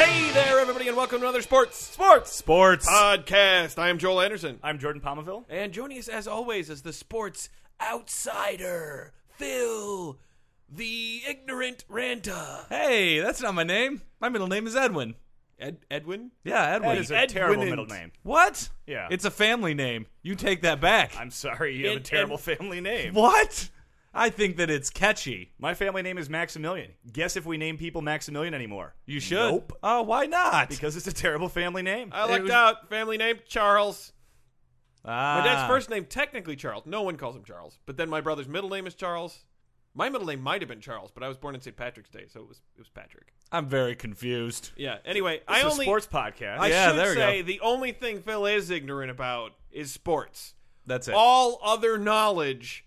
Hey there, everybody, and welcome to another sports sports Sports. podcast. I am Joel Anderson, I'm Jordan Palmaville. and joining us as always is the sports outsider, Phil, the ignorant Ranta, hey, that's not my name. My middle name is Edwin. Ed- Edwin. Yeah, Edwin. That is a terrible middle name. what? Yeah. It's a family name. You take that back. I'm sorry, you have And- a terrible and- family name. what? I think that it's catchy. My family name is Maximilian. Guess if we name people Maximilian anymore? You should. Nope. Oh, why not? Because it's a terrible family name. I It lucked was- out. Family name Charles. ah. My dad's first name technically Charles. No one calls him Charles. But then my brother's middle name is Charles. My middle name might have been Charles, but I was born on St. Patrick's Day, so it was it was Patrick. I'm very confused. Yeah. Anyway, It's I a only sports podcast. I Yeah, should there we go. say the only thing Phil is ignorant about is sports. That's it. all other knowledge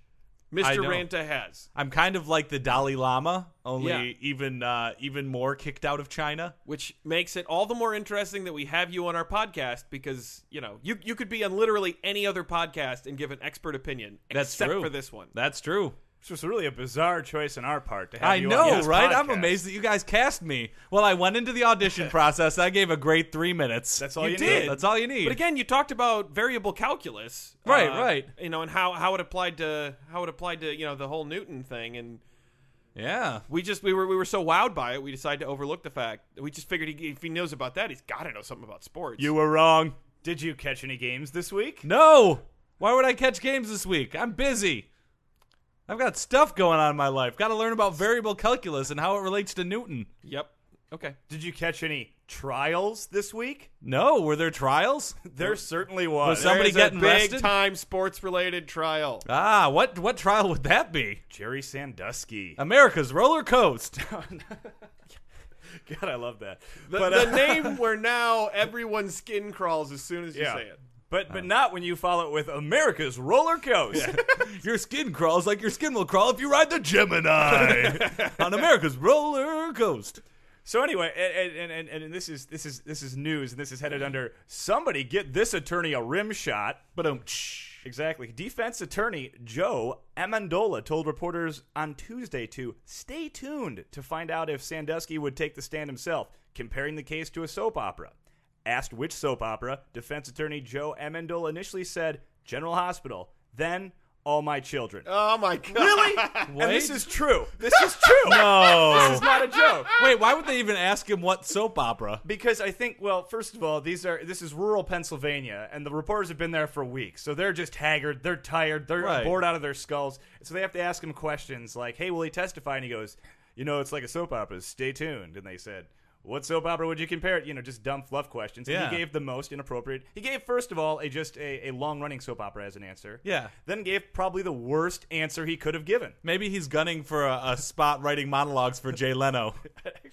I Mr. know. Ranta has, I'm kind of like the Dalai Lama, only Yeah. even uh, even more kicked out of China. which makes it all the more interesting that we have you on our podcast because, you know, you, you could be on literally any other podcast and give an expert opinion That's except true. for this one. That's true. This was really a bizarre choice on our part to have I you know, on this right? I'm podcast. amazed that you guys cast me. Well, I went into the audition process. I gave a great three minutes. That's all you did. need. That's all you need. But again, you talked about variable calculus. uh, Right, right. You know, and how, how it applied to how it applied to, you know, the whole Newton thing and yeah. we just we were we were so wowed by it, we decided to overlook the fact. We just figured he, if he knows about that, he's got to know something about sports. You were wrong. Did you catch any games this week? No. Why would I catch games this week? I'm busy. I've got stuff going on in my life. Got to learn about variable calculus and how it relates to Newton. Yep. Okay. Did you catch any trials this week? No, were there trials? There certainly was. some- Somebody There's a getting big arrested? time sports related trial. Ah, what what trial would that be? Jerry Sandusky. Uh, America's roller coast. God, I love that. The, but, the uh, name where now everyone's skin crawls as soon as you yeah. say it. Uh. But but not when you follow it with America's roller coaster. Your skin crawls like your skin will crawl if you ride the Gemini on America's roller coast. So anyway, and- and, and, and, and this is this is this is news, and this is headed under somebody get this attorney a rim shot. But um, Exactly. Defense attorney Joe Amendola told reporters on Tuesday to stay tuned to find out if Sandusky would take the stand himself, comparing the case to a soap opera. Asked which soap opera, defense attorney Joe Amendola initially said General Hospital, then All My Children. Oh my god! really? And this Wait. is true. This is true. This no. Oh. is not a joke. Wait, why would they even ask him what soap opera? because I think well, first of all, these are this is rural Pennsylvania, and the reporters have been there for weeks, so they're just haggard, they're tired, they're Right. bored out of their skulls, so they have to ask him questions like, "Hey, will he testify?" And he goes, "You know, it's like a soap opera. Stay tuned." And they said. What soap opera would you compare it? You know, just dumb fluff questions. And Yeah. he gave the most inappropriate. He gave first of all a just a, a long running soap opera as an answer. Yeah. Then gave probably the worst answer he could have given. Maybe he's gunning for a, a spot writing monologues for Jay Leno.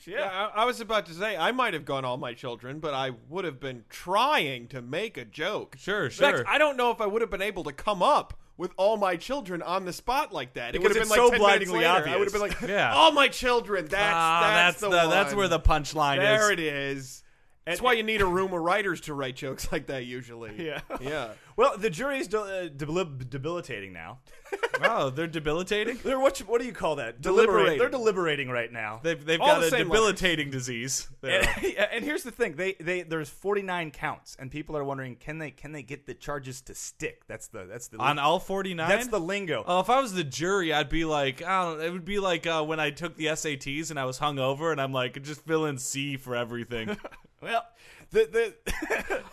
Yeah, I, I was about to say I might have gone all my children, but I would have been trying to make a joke. Sure, In fact, sure. I don't know if I would have been able to come up with all my children on the spot like that. it Because would have it's been like so 10 blindingly minutes later. obvious. I would have been like, Yeah. all my children. That's Ah, that's, the, one. that's where the punchline is. there it is. That's why you need a room of writers to write jokes like that usually. Yeah. yeah. Well, the jury's de- uh, debil- debilitating now. Oh, they're debilitating. They're what? What do you call that? Deliberating. They're deliberating right now. They've they've All got the a same debilitating disease. They're- and, and here's the thing: they they there's 49 counts, and people are wondering can they can they get the charges to stick? That's the that's the on all forty nine. that's the lingo. Oh, if I was the jury, I'd be like, I don't. It would be like uh, when I took the SATs and I was hungover, and I'm like, just fill in C for everything. well, the the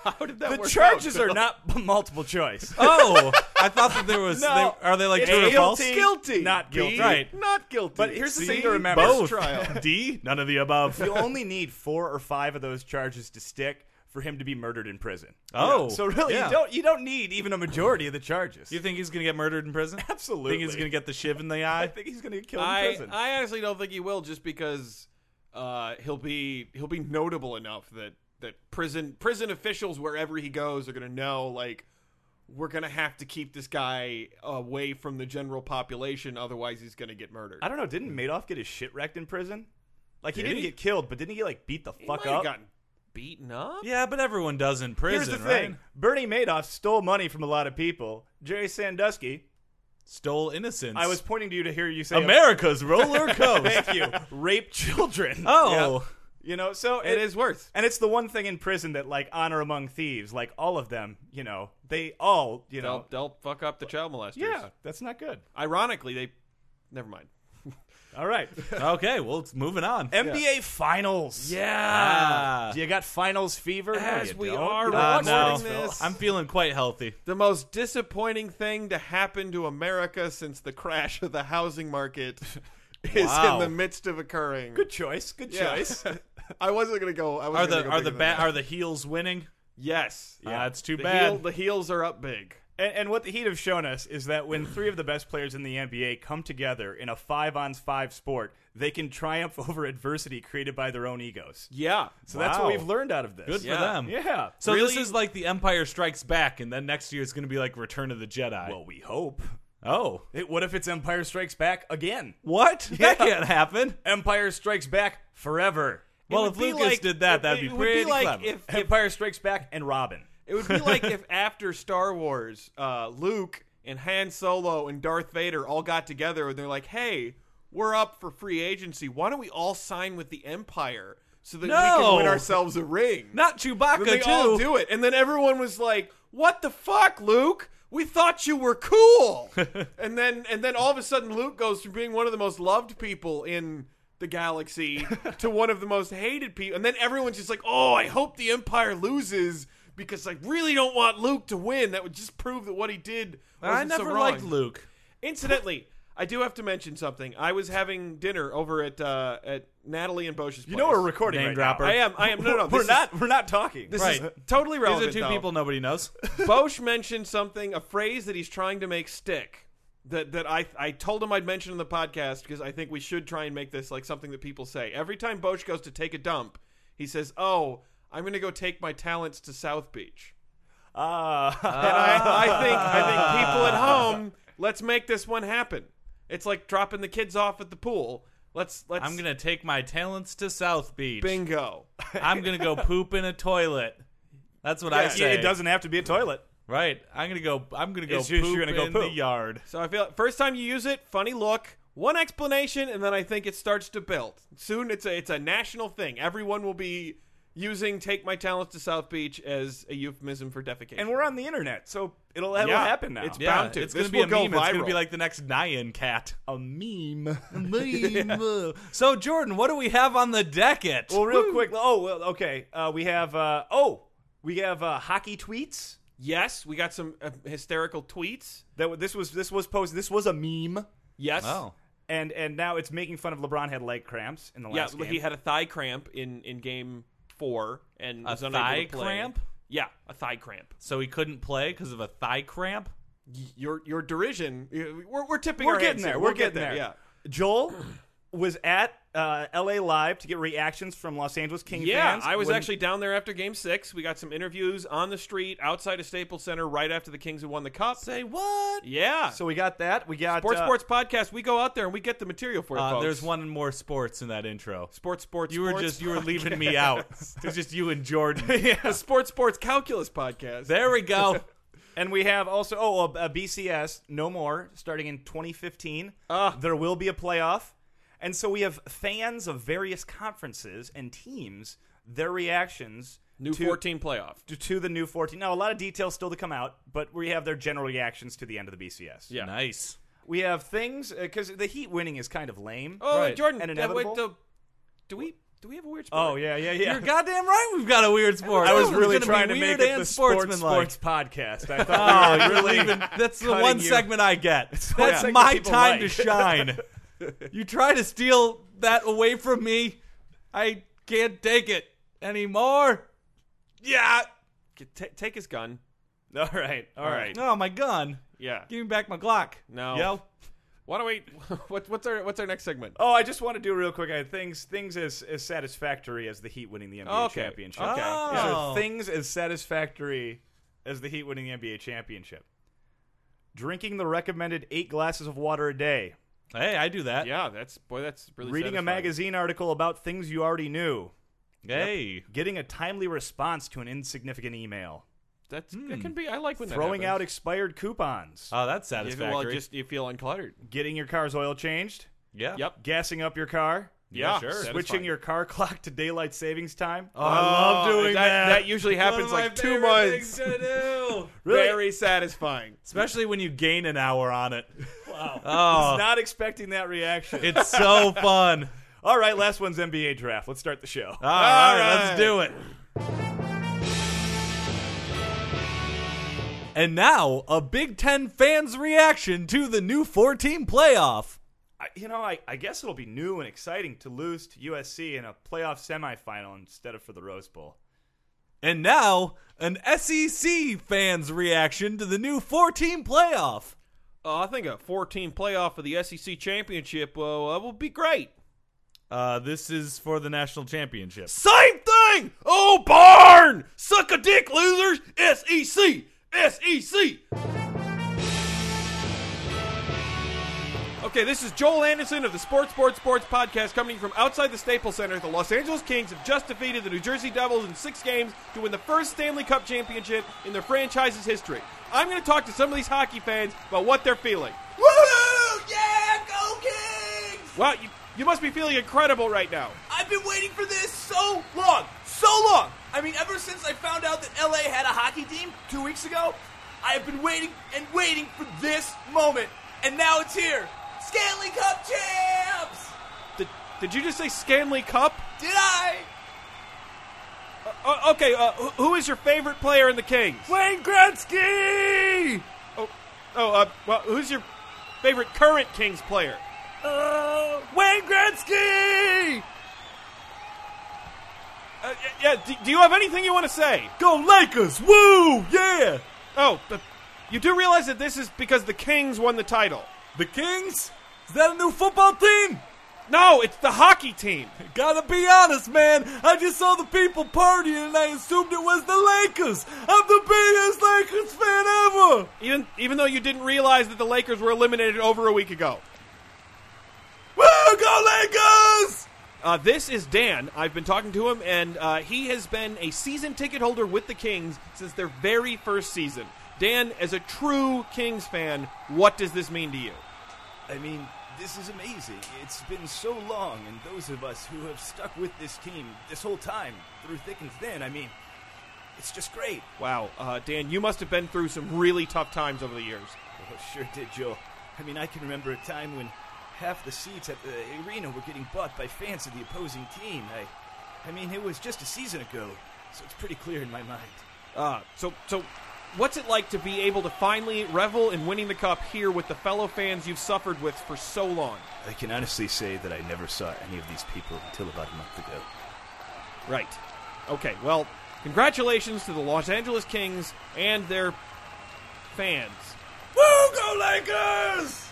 How did that the work charges out, are Phil? not multiple choice. oh, I thought that there was. No, they- are they like it's true or guilty. false? guilty, Not B, guilty. Right. Not guilty. But here's the C, thing to remember. both trial. D, none of the above. you only need four or five of those charges to stick for him to be murdered in prison. Oh, so really, yeah. you don't you don't need even a majority of the charges. You think he's gonna get murdered in prison? Absolutely. Think he's gonna get the shiv in the eye? I think he's going to get killed in I, prison. I honestly don't think he will, just because uh, he'll be he'll be notable enough that that prison prison officials wherever he goes are gonna know like we're gonna have to keep this guy away from the general population, otherwise he's gonna get murdered. I don't know. Didn't Madoff get his shit wrecked in prison? Like he Did didn't he? get killed, but didn't he get like beat the He fuck might have up? gotten beaten up. Yeah, but everyone does in prison, Here's the right? thing: Bernie Madoff stole money from a lot of people. Jerry Sandusky. Stole innocence. I was pointing to you to hear you say America's roller coast. Thank you. Rape children. oh, you know. So It is worse. and it's the one thing in prison that like honor among thieves, like all of them. You know, they all. You know. They'll, they'll fuck up the child molesters. Yeah, that's not good. Ironically, they. Never mind. All right. okay. Well, it's moving on. NBA Finals. Yeah. Do you got finals fever? No, As you we don't. are You don't Uh, watching watch no, finals, this, I'm feeling quite healthy. The most disappointing thing to happen to America since the crash of the housing market is Wow. in the midst of occurring. Good choice. Good Yeah. choice. I wasn't gonna go. I wasn't Are gonna the go are bigger the than ba- that. are the heels winning? yes? Yeah, it's too the bad. heel- the heels are up big. and, and what the Heat have shown us is that when three of the best players in the NBA come together in a five-on-five sport, they can triumph over adversity created by their own egos. Yeah. So that's what Wow. we've learned out of this. Good Yeah. for them. Yeah. So this Really? is like the Empire Strikes Back, and then next year it's going to be like Return of the Jedi. Well, we hope. oh, It, what if it's Empire Strikes Back again? what? That can't happen. Empire Strikes Back forever. Well, would if be Lucas like- did it that, that'd be would- it would be pretty like clever. if- Empire Strikes Back and Robin. It would be like if after Star Wars, uh, Luke and Han Solo and Darth Vader all got together and they're like, "Hey, we're up for free agency. Why don't we all sign with the Empire so that we can No. win ourselves a ring?" Not then Chewbacca they too. all do it, and then everyone was like, "What the fuck, Luke? We thought you were cool." and then, and then all of a sudden, Luke goes from being one of the most loved people in the galaxy to one of the most hated people, and then everyone's just like, "Oh, I hope the Empire loses." Because I really don't want Luke to win. That would just prove that what he did wasn't I never so wrong. liked Luke. Incidentally, I do have to mention something. I was having dinner over at uh, at Natalie and Bosch's. You know we're recording Name right dropper. now. I am. I am. No, no, no. we're this is- not. We're not talking. This is Right. totally These relevant. are two though. people nobody knows. Bosch mentioned something, a phrase that he's trying to make stick. That that I I told him I'd mention in the podcast because I think we should try and make this like something that people say every time Bosch goes to take a dump. He says, "Oh, I'm going to go take my talents to South Beach." Ah. And I, I think I think people at home, let's make this one happen. It's like dropping the kids off at the pool. Let's let's I'm gonna take my talents to South Beach. bingo. I'm gonna go poop in a toilet. That's what I Yeah, say. It doesn't have to be a toilet. Right. I'm gonna go. I'm gonna go. It's just poop you're gonna go in the poop. yard. So I feel first time you use it, funny look, one explanation, and then I think it starts to build. Soon it's a it's a national thing. Everyone will be using "Take My Talents to South Beach" as a euphemism for defecation. And we're on the internet, so it'll, it'll Yeah, happen now. it's- Yeah, bound to. it's gonna This be a will go meme. It's gonna viral. be like the next Nyan cat. a meme. Meme. So Jordan, what do we have on the decket? well, real quick. Oh, well, okay. Uh, we have. Uh, oh, we have uh, hockey tweets. yes, we got some uh, hysterical tweets. That w- this was this was posted. This was a meme, Yes, oh, and and now it's making fun of LeBron had leg cramps in the yeah, last game. he had a thigh cramp in in game four and a was unable thigh to play. cramp. Yeah, a thigh cramp. So he couldn't play because of a thigh cramp. Y- Your your derision. y- We're, we're tipping. we're our getting heads there. here. We're We'll get getting there. Yeah. Joel was at uh, LA Live to get reactions from Los Angeles King Yeah, fans. I was when- actually down there after Game Six. We got some interviews on the street outside of Staples Center right after the Kings had won the Cup. Say what? Yeah, So we got that. We got sports uh, sports podcast. We go out there and we get the material for you. Uh, folks. there's one more sports in that intro. sports sports. You were sports, just you were leaving me out. It's just you and Jordan. the sports sports calculus podcast. There we go. And we have also oh a, a BCS no more starting in 2015. Ah. There will be a playoff, and so we have fans of various conferences and teams their reactions New to, 14 playoff. to, to the new 14. Now a lot of details still to come out, but we have their general reactions to the end of the BCS. Yeah. Nice. We have things because the Heat winning is kind of lame. Oh, Right. Jordan, And uh, wait, inevitable? the, do we do we have a weird? Sport? Oh, yeah yeah yeah. You're goddamn right. We've got a weird sport. I was This is really gonna be trying to make weird it and the sports sportsmanlike. sports podcast. I thought we Oh, were you're really leaving. That's the cutting one you. segment I get. the one That's segment my people time to like. shine. you try to steal that away from me. I can't take it anymore. Yeah. Get- ta- take his gun. All right, all right. Oh, my gun. Yeah. Give me back my Glock. No. Yo. Why don't we? What, what's our what's our next segment? Oh, I just want to do real quick. I things things as, as satisfactory as the Heat winning the NBA Oh, Okay. championship. Okay. These Oh. are things as satisfactory as the Heat winning the NBA championship. Drinking the recommended eight glasses of water a day. Hey, I do that. Yeah, that's boy. That's really reading a satisfying. magazine article about things you already knew. Hey. Getting a timely response to an insignificant email. That's that can be. I like when Throwing that out happens. Uh. expired coupons. Oh, that's You satisfactory. feel, well, just you feel uncluttered. getting your car's oil changed. yeah. Yep. Gassing up your car. Yeah, Yeah, sure. satisfying. Uh. Switching your car clock to daylight savings time. Oh, I love doing that. that. That usually happens like two months. Really? Very satisfying. Especially when you gain an hour on it. Wow. Oh, Not expecting that reaction. it's so fun. All right, last one's NBA draft. Let's start the show. Uh, All right, right. let's do it. And now, a Big Ten fan's reaction to the new four team playoff. I, you know, I, I guess it'll be new and exciting to lose to USC in a playoff semifinal instead of for the Rose Bowl. And now, an SEC fan's reaction to the new four team playoff. Uh, I think a 14 playoff for the SEC championship uh, uh, will be great. Uh, this is for the national championship. Same thing. Oh, barn! Suck a dick, losers. E SEC, SEC. Okay, this is Joel Anderson of the Sports Sports Sports podcast coming from outside the Staples Center. The Los Angeles Kings have just defeated the New Jersey Devils in six games to win the first Stanley Cup championship in their franchise's history. I'm going to talk to some of these hockey fans about what they're feeling. Woo! Yeah, go Kings! Wow, you, you must be feeling incredible right now. I've been waiting for this so long, so long. I mean, ever since I found out that LA had a hockey team two weeks ago, I have been waiting and waiting for this moment, and now it's here. Stanley Cup champs! Did, did you just say Stanley Cup? Did I? Uh, okay, uh, wh- who is your favorite player in the Kings? Wayne Gretzky! Oh, oh, uh, well, who's your favorite current Kings player? Uh, Wayne Gretzky! Uh, y- yeah, do, do you have anything you want to say? Go Lakers! Woo! Yeah! Oh, uh, you do realize that this is because the Kings won the title. The Kings? Is that a new football team? No, it's the hockey team. Gotta be honest, man. I just saw the people partying and I assumed it was the Lakers. I'm the biggest Lakers fan ever. Even even though you didn't realize that the Lakers were eliminated over a week ago. Woo, go Lakers! Uh, this is Dan. I've been talking to him, and uh, he has been a season ticket holder with the Kings since their very first season. Dan, as a true Kings fan, what does this mean to you? I mean, this is amazing. It's been so long, and those of us who have stuck with this team this whole time, through thick and thin, I mean, it's just great. Wow, uh, Dan, you must have been through some really tough times over the years. Oh, sure did, Joe. I mean, I can remember a time when half the seats at the arena were getting bought by fans of the opposing team. I, I mean, it was just a season ago, so it's pretty clear in my mind. Uh, so, so, what's it like to be able to finally revel in winning the cup here with the fellow fans you've suffered with for so long? I can honestly say that I never saw any of these people until about a month ago. Right. Okay. Well, congratulations to the Los Angeles Kings and their fans. Woo, go Lakers!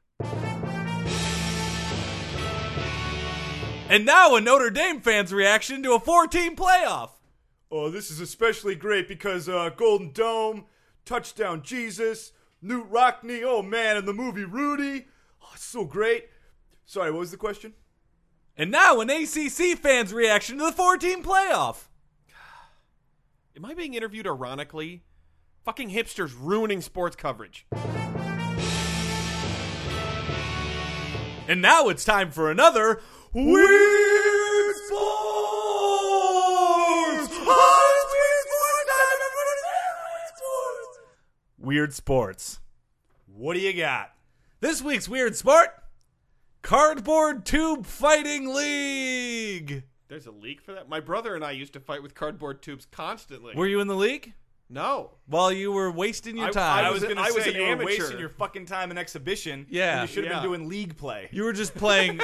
And now a Notre Dame fan's reaction to a four-team playoff. Oh, this is especially great because uh, Golden Dome, Touchdown Jesus, Newt Rockney, oh man, and the movie Rudy. Oh, it's so great. Sorry, what was the question? And now an ACC fan's reaction to the four-team playoff. Am I being interviewed ironically? Fucking hipsters ruining sports coverage. And now it's time for another Weird Sports! Weird Sports. What do you got? This week's Weird Sport Cardboard Tube Fighting League. There's a league for that. My brother and I used to fight with cardboard tubes constantly. Were you in the league no, while you were wasting your time? I, I was was going an- I to was say an you were amateur. wasting your fucking time in exhibition. Yeah. and you should have Yeah. been doing league play. you were just playing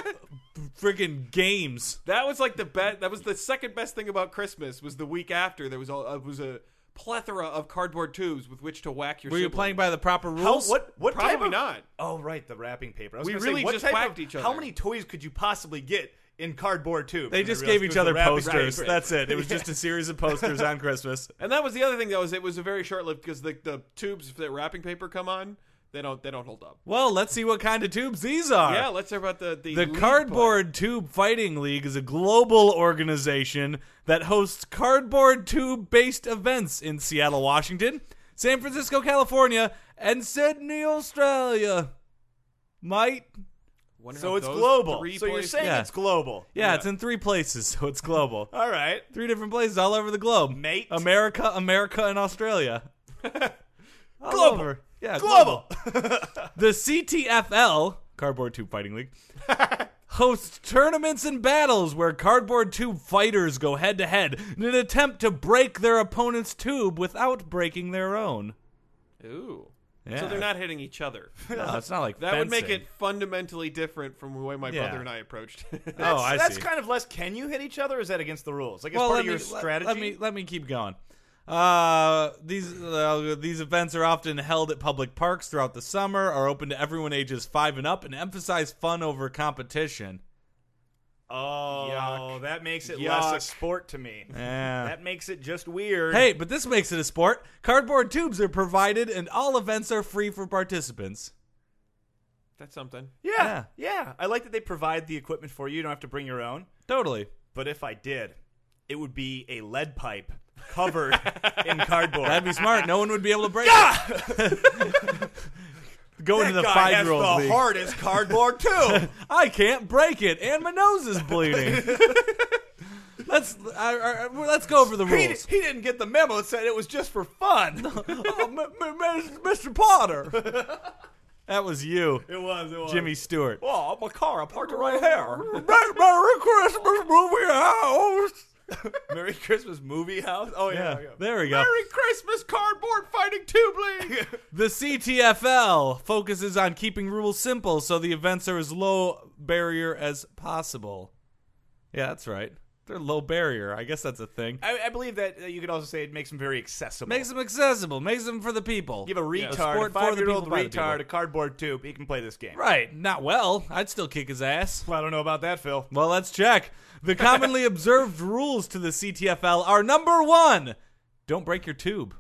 friggin' games. that was like the bet. That was the second best thing about Christmas. Was the week after there was all uh, was a plethora of cardboard tubes with which to whack your. Were you sibling. playing by the proper How, rules? what? What? type Probably of- not. Oh, right, the wrapping paper. I was We gonna really say, what just type whacked of- each How other. many toys could you possibly get in cardboard tube? They And I just realized gave it each was the other wrapping posters. paper. That's it. It was just a series of posters on Christmas. And that was the other thing that was it was a very short lived because the the tubes that wrapping paper come on they don't they don't hold up. Well, let's see what kind of tubes these are. Yeah, let's hear about the the, The league Cardboard Tube Fighting League is a global organization that hosts cardboard tube based events in Seattle, Washington, San Francisco, California, and Sydney, Australia. Might. play. Wonder So how it's those global. three So you're places- saying Yeah. it's global? Yeah, it's in three places, so it's global. All right. three different places all over the globe. Mate. America, America, and Australia. All Global. over. Yeah, Global. Oh, The CTFL, Cardboard Tube Fighting League, hosts tournaments and battles where cardboard tube fighters go head to head in an attempt to break their opponent's tube without breaking their own. Ooh. Yeah. So they're not hitting each other. No, it's not like That would make fencing. it fundamentally different from the way my Yeah. brother and I approached it. Oh, I that's see. kind of less. Can you hit each other? Or is that against the rules? Like it's well, part let of your me, let- strategy. Let me let me keep going. Uh, these uh, these events are often held at public parks throughout the summer, are open to everyone ages five and up, and emphasize fun over competition. Oh, Yuck. that makes it Yuck. less a sport to me. Yeah. That makes it just weird. Hey, but this makes it a sport. Cardboard tubes are provided, and all events are free for participants. That's something. Yeah, yeah. I like that they provide the equipment for you. You don't have to bring your own. Totally. But if I did, it would be a lead pipe covered in cardboard. That'd be smart. No one would be able to break it. Go into the guy five has year old the league. hardest cardboard too. I can't break it, and my nose is bleeding. let's I, I, I- let's go over the he, rules. he didn't get the memo. It said it was just for fun. Oh, m- m- m- Mr. Potter. that was you, it was. It was. Jimmy Stewart. Oh, my car. I parked it right here. Merry Christmas, movie house. Merry Christmas movie house. Oh yeah. Yeah, yeah. there we go. Christmas cardboard fighting tube league. The CTFL focuses on keeping rules simple so the events are as low barrier as possible. Yeah, that's right. They're low barrier. I guess that's a thing. I, I believe that uh, you could also say it makes them very accessible. Makes them accessible. Makes them for the people. Give a retard, sport a for the five-year-old people, by the people. retard, a cardboard tube. He can play this game. Right. Not well. I'd still kick his ass. Well, I don't know about that, Phil. Well, let's check. The commonly observed rules to the CTFL are number one don't break your tube.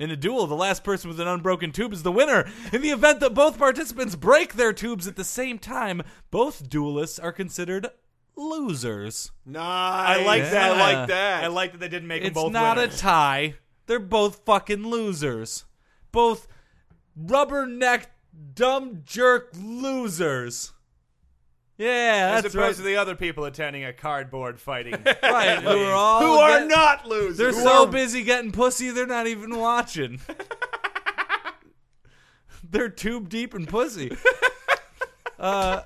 In a duel, the last person with an unbroken tube is the winner. In the event that both participants break their tubes at the same time, both duelists are considered losers. Nice. I like that. Yeah. I like that. I like that they didn't make them It's both not winners. a tie. They're both fucking losers. Both rubberneck, dumb jerk losers. Yeah, As that's opposed to right. the other people attending a cardboard fighting. right. Who are all Who are get- not losers? They're Who so are- busy getting pussy, they're not even watching. they're tube deep in pussy. Uh,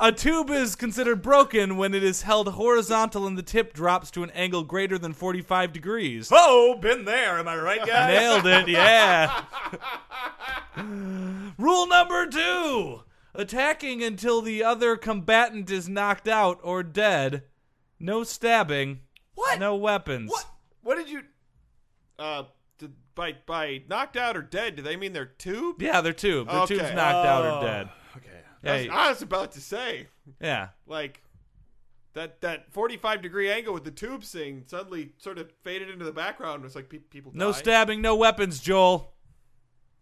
a tube is considered broken when it is held horizontal and the tip drops to an angle greater than 45 degrees. oh, been there. Am I right, guys? Nailed it, yeah. Rule number two attacking until the other combatant is knocked out or dead. No stabbing. What? No weapons. What? What did you? Uh, did, by by knocked out or dead, do they mean they're tube? Yeah, they're tube. Their Okay. tube's knocked Oh. out or dead. Okay. Hey, I was about to say, yeah. like that that forty five degree angle with the tube thing suddenly sort of faded into the background. It was like pe- people No die. stabbing, no weapons, Joel.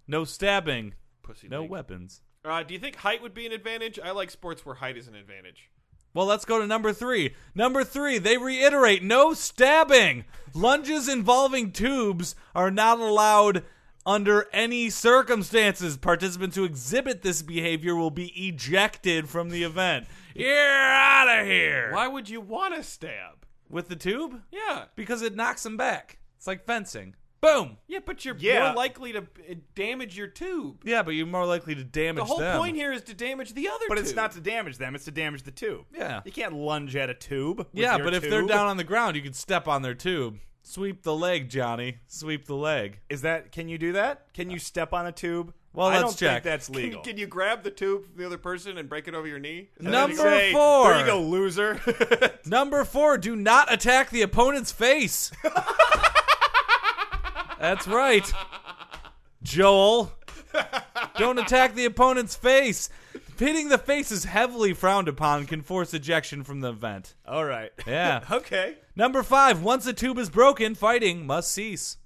No stabbing, Pussy no league. weapons. Uh, do you think height would be an advantage? I like sports where height is an advantage. Well, let's go to number three. Number three, they reiterate no stabbing. Lunges involving tubes are not allowed under any circumstances. Participants who exhibit this behavior will be ejected from the event. You're out of here. Why would you want to stab? With the tube? Yeah. Because it knocks them back. It's like fencing. Boom. Yeah, but you're Yeah. more likely to uh, damage your tube. Yeah, but you're more likely to damage The whole them. point here is to damage the other But it's tube. not to damage them; it's to damage the tube. Yeah. you can't lunge at a tube. with yeah, your but if they're tube. down on the ground, you can step on their tube. Sweep the leg, Johnny. Sweep the leg. is that can you do that? Can you step on a tube? Uh, Well, I let's don't check. think that's Can, legal. can you grab the tube from the other person and break it over your knee? Number Say, four. There you go, loser. Number four, do not attack the opponent's face. That's right. Joel. Don't attack the opponent's face. Hitting the face is heavily frowned upon, can force ejection from the event. All right. Yeah. Okay. Number five, once a tube is broken, fighting must cease.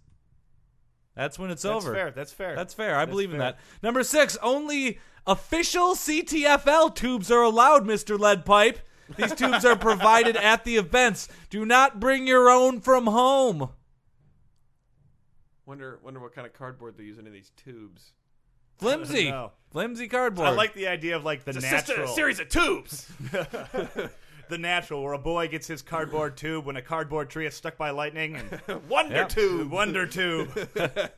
That's when it's That's over. fair. That's fair. That's fair. I believe in fair. that. Number six, only official CTFL tubes are allowed, Mr. Lead Pipe. These tubes are provided at the events. Do not bring your own from home. Wonder wonder what kind of cardboard they use in these tubes. Flimsy. know. Flimsy cardboard. I like the idea of like the natural of tubes. the natural where a boy gets his cardboard tube when a cardboard tree is stuck by lightning and Wonder Yep. tube. wonder tube. this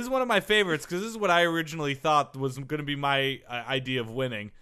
is one of my favorites because this is what I originally thought was going to be my uh, idea of winning.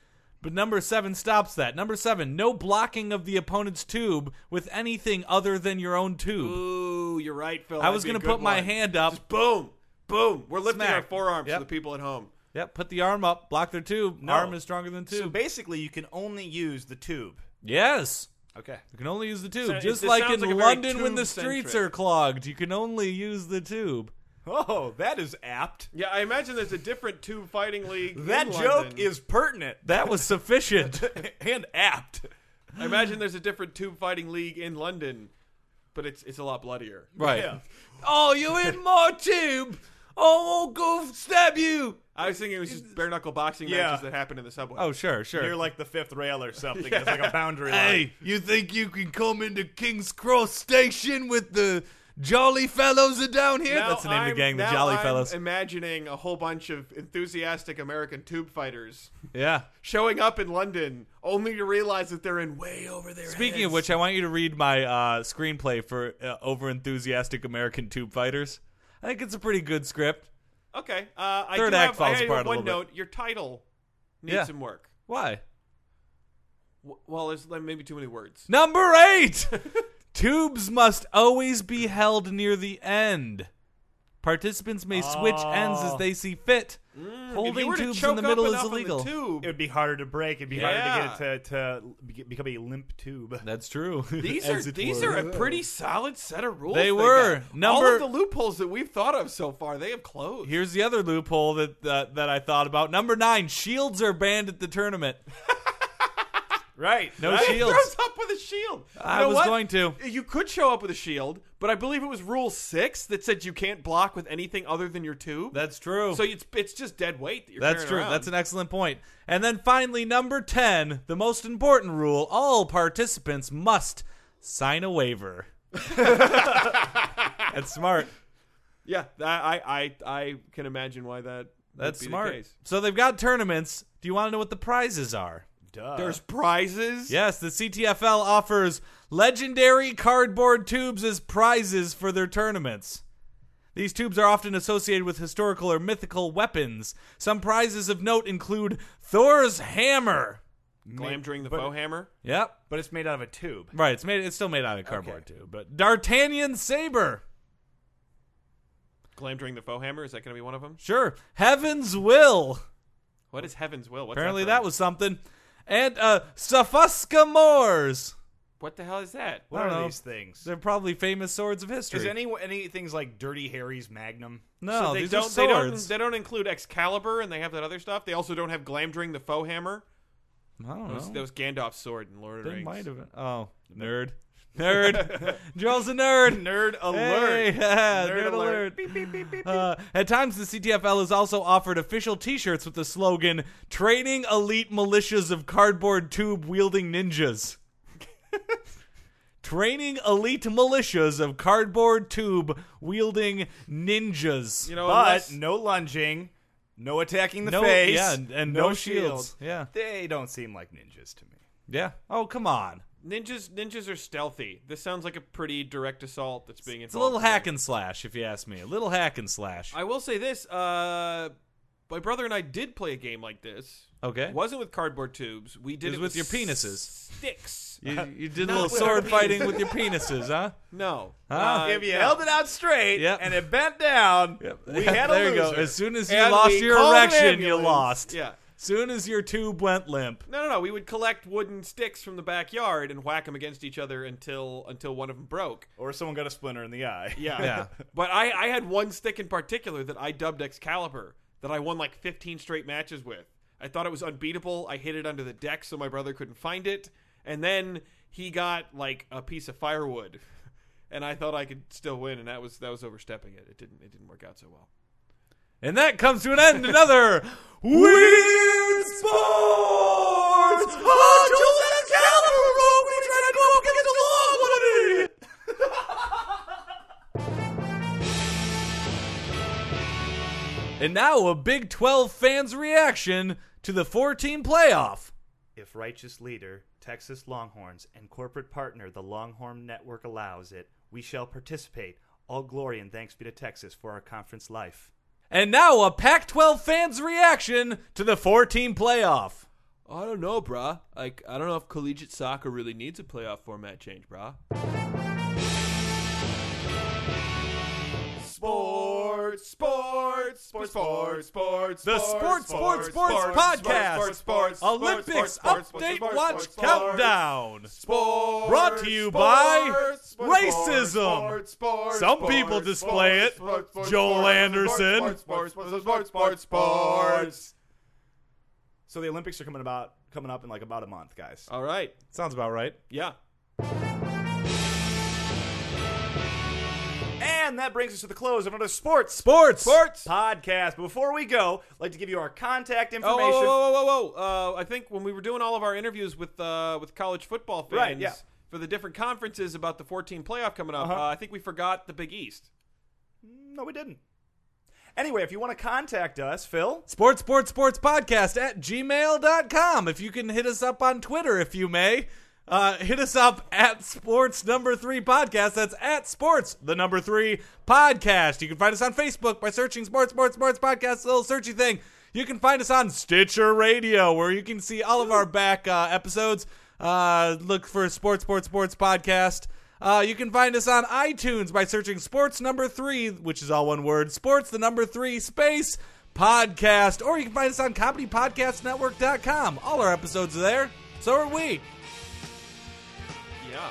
But number seven stops that. Number seven, no blocking of the opponent's tube with anything other than your own tube. Ooh, you're right, Phil. I was going to put my hand up. Boom, boom. We're lifting Smack. our forearms Yep. for the people at home. Yep, put the arm up, block their tube. Arm is stronger than tube. so basically you can only use the tube. yes. Okay. You can only use the tube. So it- Just this like in sounds like a very London when the tube-centric. streets are clogged, you can only use the tube. Oh, that is apt. Yeah, I imagine there's a different tube fighting league. in That London. joke is pertinent That was sufficient. and apt. I imagine there's a different tube fighting league in London, but it's it's a lot bloodier. right. Yeah. Oh, you in my tube? Oh, I'll go stab you. I was thinking it was just bare knuckle boxing Yeah. matches that happened in the subway. Oh, sure, sure. You're like the fifth rail or something. It's like a boundary line. hey, you think you can come into King's Cross Station with the Jolly Fellows are down here? Now That's the name I'm- of the gang, the now Jolly I'm Fellows. Imagining a whole bunch of enthusiastic American tube fighters yeah. showing up in London, only to realize that they're in way over their. Speaking of heads. which, I want you to read my uh, screenplay for uh, Over Enthusiastic American Tube Fighters. I think it's a pretty good script. okay, uh, I Third do act have, I falls have apart a one little note: your title needs Yeah. some work. Why? W- Well, there's like, maybe too many words. Number eight! Tubes must always be held near the end. Participants may switch ends as they see fit. Oh. Mm, If you Holding were to tubes choke in the middle up is enough on illegal. The tube, It would be harder to break. It'd be harder to get it to, to become a limp tube. That's true. These As are it these were. are a pretty solid set of rules. They got. were. all Number- of the loopholes that we've thought of so far. They have closed. Here's the other loophole that that that I thought about. Number nine: shields are banned at the tournament. Right. No He shields. throws up with a shield. I You know was what? going to. You could show up with a shield, but I believe it was Rule Six that said you can't block with anything other than your tube. That's true. so it's it's just dead weight that you're That's carrying true. around. That's an excellent point. And then finally, number 10, the most important rule all participants must sign a waiver. That's smart. yeah. that- I I I can imagine why that. would That's be the smart. case. So they've got tournaments. Do you want to know what the prizes are? Duh. There's prizes. Yes, the CTFL offers legendary cardboard tubes as prizes for their tournaments. These tubes are often associated with historical or mythical weapons. Some prizes of note include Thor's hammer. Glam during the But- bow hammer. Yep. but it's made out of a tube. Right, it's made. It's still made out of cardboard too. But D'Artagnan saber, Glam during the bow hammer. Is that going to be one of them? sure. Heaven's will. What is Heaven's Will? What's Apparently from? that was something. And uh, Safuska Moors. What the hell is that? What I don't are know. these things? They're probably famous swords of history. Is any any things like Dirty Harry's Magnum? no, they these don't. are they don't. swords. They don't include Excalibur, and they have that other stuff. They also don't have Glamdring the foe hammer. I don't That was, know. that was Gandalf's sword in Lord of the They Rings. might have. Been. Oh, nerd, nerd. Joel's a nerd. Nerd Hey, alert! yeah, nerd, Nerd alert. alert. Uh, at times, the CTFL has also offered official T-shirts with the slogan "Training Elite Militias of Cardboard Tube Wielding Ninjas." Training elite militias of cardboard tube wielding ninjas. You know, But unless, no lunging, no attacking the No- face, yeah, and- and no shields. Yeah. they don't seem like ninjas to me. yeah. Oh, come on. Ninjas ninjas are stealthy. This sounds like a pretty direct assault that's being It's a little involved. here. hack and slash, if you ask me. A little hack and slash. I will say this: uh, my brother and I did play a game like this. Okay. It wasn't with cardboard tubes. We did It it, was with your penises. Sticks. You, you did a little with sword our fighting with your penises, huh? No. Ah. if you held it out straight Yep. and it bent down, we had a there you go. loser. As soon as you And lost we your called an erection, you ambulance. lost. Yeah. Soon as your tube went limp. No, no, no. We would collect wooden sticks from the backyard and whack them against each other until until one of them broke. or someone got a splinter in the eye. Yeah. Yeah. but I, I had one stick in particular that I dubbed Excalibur that I won like 15 straight matches with. I thought it was unbeatable. I hid it under the deck so my brother couldn't find it. And then he got like a piece of firewood. And I thought I could still win, and that was that was overstepping it. It didn't it didn't work out so well. And that comes to an end another Weird Sports! Oh, And now a Big 12 fans' reaction to the 14 playoff. If righteous leader, Texas Longhorns, and corporate partner, the Longhorn Network allows it, we shall participate. All glory and thanks be to Texas for our conference life. And now a Pac 12 fans' reaction to the 14 playoff. I don't know, brah. Like I don't know if collegiate soccer really needs a playoff format change, brah. Sports, sports, sports, sports, sports. The Sports, Sports, Sports, Podcast. Olympics Update Watch Countdown. Sports, Brought to you by sports, sports, racism. sports, sports, Some people sports, display it. sports, sports, sports, Joel sports, Anderson. Sports, sports, sports, sports, sports, sports. So the Olympics are coming about coming up in like about a month, guys. All right. Sounds about right. Yeah. Uh-huh. And that brings us to the close of another sports Sports. Sports. podcast. But before we go, I'd like to give you our contact Oh, information. whoa, whoa, whoa, whoa, whoa. Uh, I think when we were doing all of our interviews with uh, with college football fans Right, yeah. for the different conferences about the 14 playoff coming up, uh Uh-huh. I think we forgot the Big East. No, we didn't. Anyway, if you want to contact us, Phil, Sports, sports, sports podcast at gmail.com. If you can hit us up on Twitter, if you may, uh, hit us up at sports number three podcast. That's at sports, the number three podcast. You can find us on Facebook by searching sports, sports, sports podcast, the little searchy thing. You can find us on Stitcher Radio, where you can see all of our back uh, episodes. Uh, look for sports, sports, sports podcast. Uh, you can find us on iTunes by searching Sports Number Three, which is all one word, Sports the Number Three Space Podcast, or you can find us on ComedyPodcastNetwork.com. All our episodes are there. So are we. Yeah.